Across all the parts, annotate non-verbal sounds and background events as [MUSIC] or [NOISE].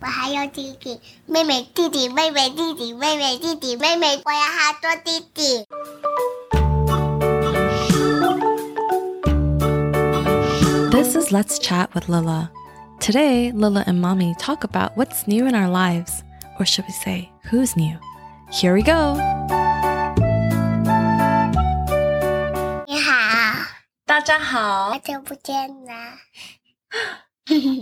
我还有弟弟、妹妹、弟弟、妹妹、弟弟、妹妹、弟弟、妹妹，我有好多弟弟。 This is Let's Chat with Lila. Today, Lila and Mommy talk about what's new in our lives, or should we say, who's new. Here we go. 你好，大家好好久不见啦！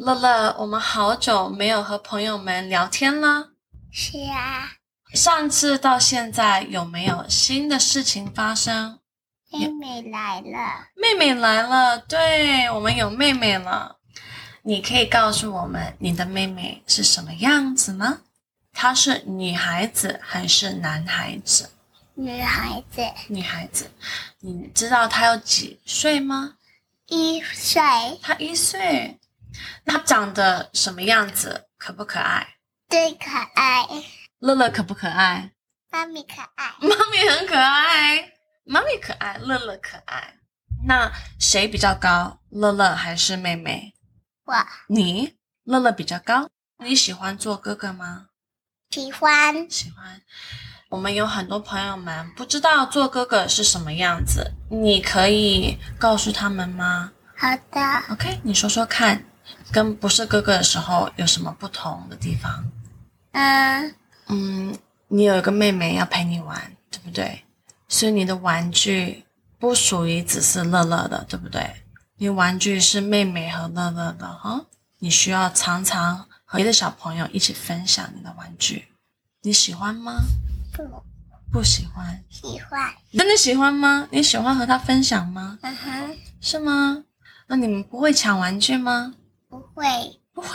乐乐，我们好久没有和朋友们聊天了。是啊，上次到现在有没有新的事情发生？妹妹来了，妹妹来了，对我们有妹妹了。你可以告诉我们你的妹妹是什么样子吗？她是女孩子还是男孩子？女孩子女孩子，你知道她有几岁吗？一岁，她一岁。她长得什么样子？可不可爱？最可爱，乐乐可不可爱？妈咪可爱，妈咪很可爱，妈咪可爱，乐乐可爱。那谁比较高？乐乐还是妹妹？我你乐乐比较高。你喜欢做哥哥吗？喜欢喜欢。我们有很多朋友们不知道做哥哥是什么样子，你可以告诉他们吗好的？OK，你说说看，跟不是哥哥的时候有什么不同的地方？嗯，嗯，你有一个妹妹要陪你玩，对不对？所以你的玩具不属于只是乐乐的，对不对？你玩具是妹妹和乐乐的哈，你需要常常和你的小朋友一起分享你的玩具。你喜欢吗？不不喜欢。喜欢，真的喜欢吗？你喜欢和他分享吗？嗯哼，是吗？那你们不会抢玩具吗？不会，不会，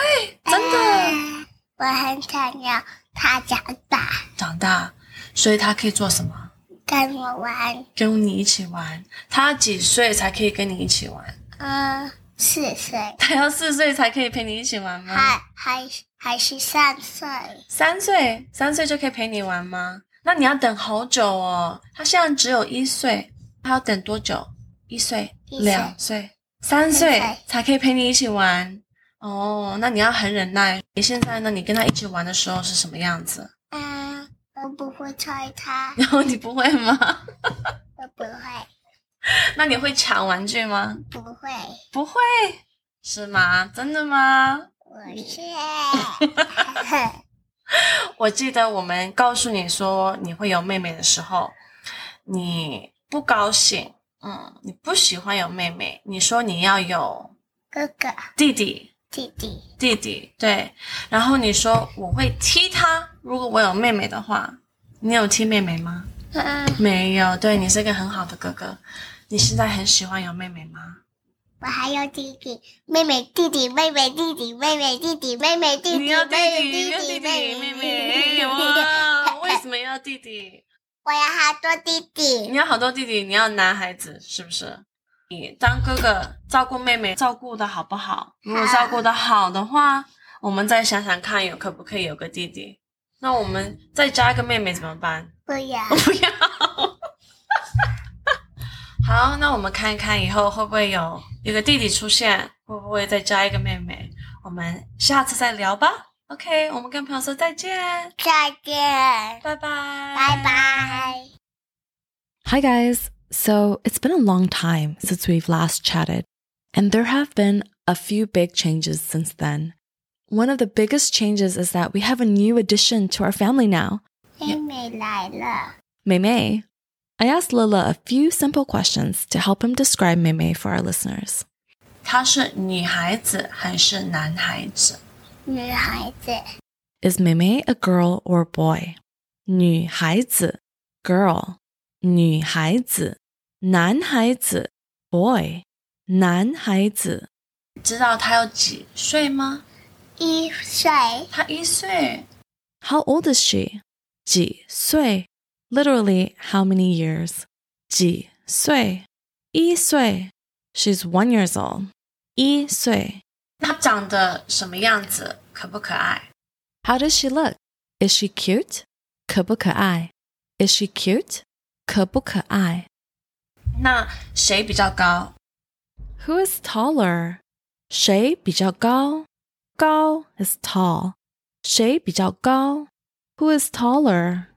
真的。啊我很想要他长大，长大，所以他可以做什么？跟我玩。跟你一起玩。他几岁才可以跟你一起玩？嗯，四岁，他要四岁才可以陪你一起玩吗？还还还是三岁，三岁，三岁就可以陪你玩吗？那你要等好久哦。他现在只有一岁，他要等多久？一岁、一岁两岁、三三岁岁才可以陪你一起玩。哦，那你要很忍耐。你现在呢？你跟他一起玩的时候是什么样子？ [LAUGHS] 嗯，我不会踹他，然后你不会吗？我不会，那你会抢玩具吗？不会，不会，是吗？真的吗？我是，哼我记得我们告诉你说你会有妹妹的时候，你不高兴，嗯，你不喜欢有妹妹，你说你要有哥哥弟弟，弟弟，弟弟，对，然后你说我会踢他，如果我有妹妹的话，你有踢妹妹吗？嗯，没有，对你是一个很好的哥哥。你现在很喜欢有妹妹吗？我还有弟弟，妹妹弟弟妹妹弟弟妹妹弟弟妹妹弟弟你要弟弟，妹妹弟弟你要弟弟，妹妹，哎妹 [LAUGHS] 哇，为什么要弟弟？我有好多弟你弟，要好多弟弟，你要男孩子是不是？你当哥哥照顾妹妹，照顾的好不好？如果照顾的好的话，我们再想想看有可不可以有个弟弟。那我们再加一个妹妹怎么办？不要不要。 [LAUGHS] 好，那我们看看以后会不会有一个弟弟出现，会不会再加一个妹妹？我们下次再聊吧。OK，我们跟朋友说再见，再见，拜拜，拜拜。 Hi, guys. So it's been a long time since we've last chatted, and there have been a few big changes since then. One of the biggest changes is that we have a new addition to our family now, 妹妹来了， Mei Mei. I asked Lila a few simple questions to help him describe Mei Mei for our listeners. 她是女孩子还是男孩子？女孩子， Is Mei Mei a girl or a boy? 女孩子 girl, 女孩子男孩子 boy, 男孩子知道她有几岁吗？一岁，她一岁。 How old is she? 几岁 Literally, how many years? 几岁一岁 She's one years old. 一岁她长得什么样子？可不可爱？ How does she look? Is she cute? 可不可爱 Is she cute? 可不可爱那谁比较高？ Who is taller? 谁比较高？高 is tall. 谁比较高？Who is taller?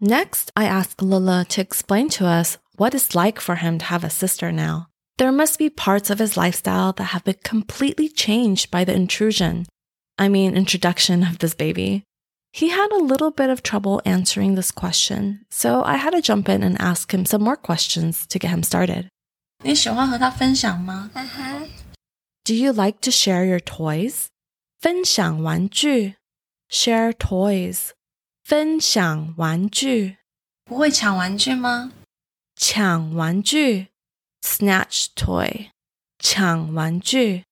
Next, I ask Lala to explain to us what it's like for him to have a sister now. There must be parts of his lifestyle that have been completely changed by the intrusion. I mean, introduction of this baby. He had a little bit of trouble answering this question, so I had to jump in and ask him some more questions to get him started. 你喜欢和他分享吗？嗯哼， Do you like to share your toys? 分享玩具 share toys 分享玩具不会抢玩具吗？抢玩具 snatch toy 抢玩具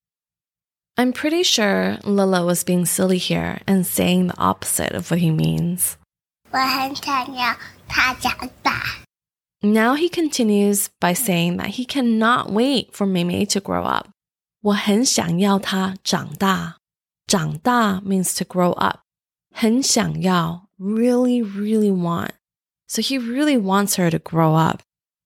I'm pretty sure Lila was being silly here and saying the opposite of what he means. 我很想要他长大。 Now he continues by saying that he cannot wait for Mei Mei to grow up. 我很想要她长大。长大 means to grow up. 很想要 really, really want. So he really wants her to grow up.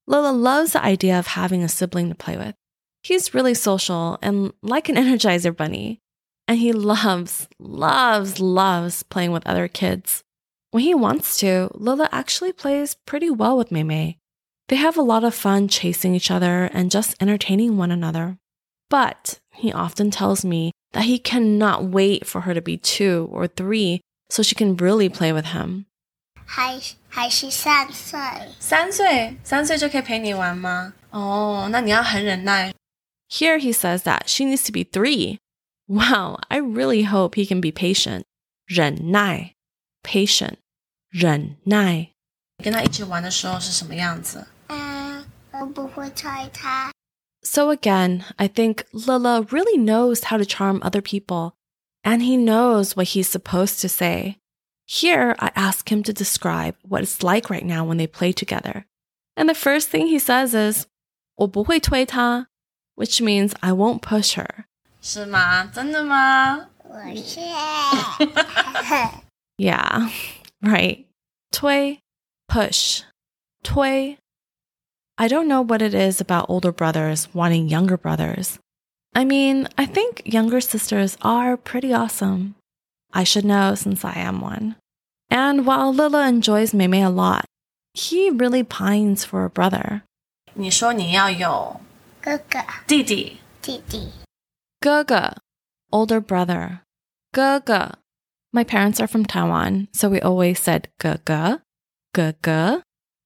Lola loves the idea of having a sibling to play with. He's really social and like an [LAUGHS] energizer bunny. And he loves, loves, loves playing with other kids. When he wants to, Lola actually plays pretty well with Mei Mei. They have a lot of fun chasing each other and just entertaining one another. But he often tells me that he cannot wait for her to be two or three so she can really play with him. 还还是三岁，三岁，三岁就可以陪你玩吗？哦，Oh, 那你要很忍耐。 Here he says that she needs to be three. Wow, I really hope he can be patient. 忍耐, patient. 忍耐.你跟他一起玩的时候是什么样子？嗯，我不会猜他。 So again, I think Lila really knows how to charm other people, and he knows what he's supposed to say. Here, I ask him to describe what it's like right now when they play together. And the first thing he says is, 我不会推她, which means I won't push her. 是吗？真的吗？ [LAUGHS] 我是，哼 Yeah, [LAUGHS] right. Toy, push. Toy. I don't know what it is about older brothers wanting younger brothers. I mean, I think younger sisters are pretty awesome. I should know since I am one. And while Lila enjoys Mei Mei a lot, he really pines for a brother. 你说你要有哥哥弟弟，弟弟， Gaga, older brother. Gaga. My parents are from Taiwan, so we always said Gaga, Gaga.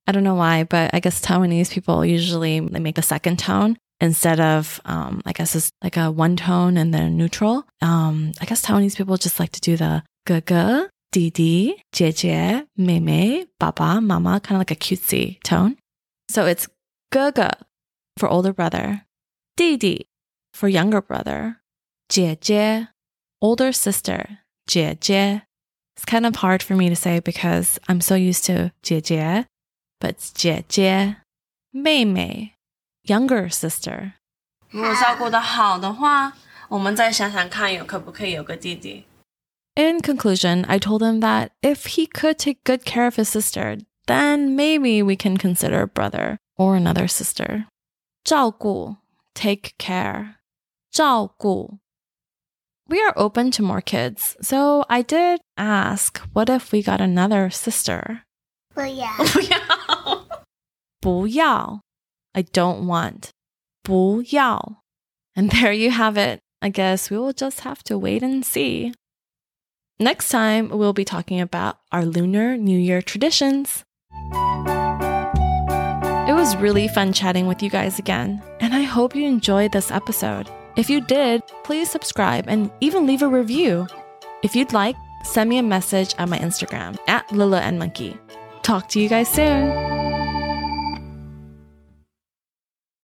I don't know why, but I guess Taiwanese people usually they make the second tone instead of um, I guess it's like a one tone and then neutral. Um, I guess Taiwanese people just like to do the Gaga, Didi, Jie Mei Mei, Baba, Mama, kind of like a cutesy tone. So it's Gaga for older brother, Didi for younger brother, 姐姐, older sister, 姐姐. It's kind of hard for me to say because I'm so used to 姐姐, but it's 姐姐,妹妹, younger sister. 如果照顾的好的话，我们再想想看有可不可以有个弟弟。 In conclusion, I told him that if he could take good care of his sister, then maybe we can consider a brother or another sister. 照顾, take care. 照顾. We are open to more kids, so I did ask, what if we got another sister? 不要，不要，不要. I don't want. 不要. And [LAUGHS] there you have it. I guess we will just have to wait and see. Next time, we'll be talking about our Lunar New Year traditions. It was really fun chatting with you guys again, and I hope you enjoyed this episode. If you did, please subscribe and even leave a review. If you'd like, send me a message on my Instagram at Lila and Monkey. Talk to you guys soon.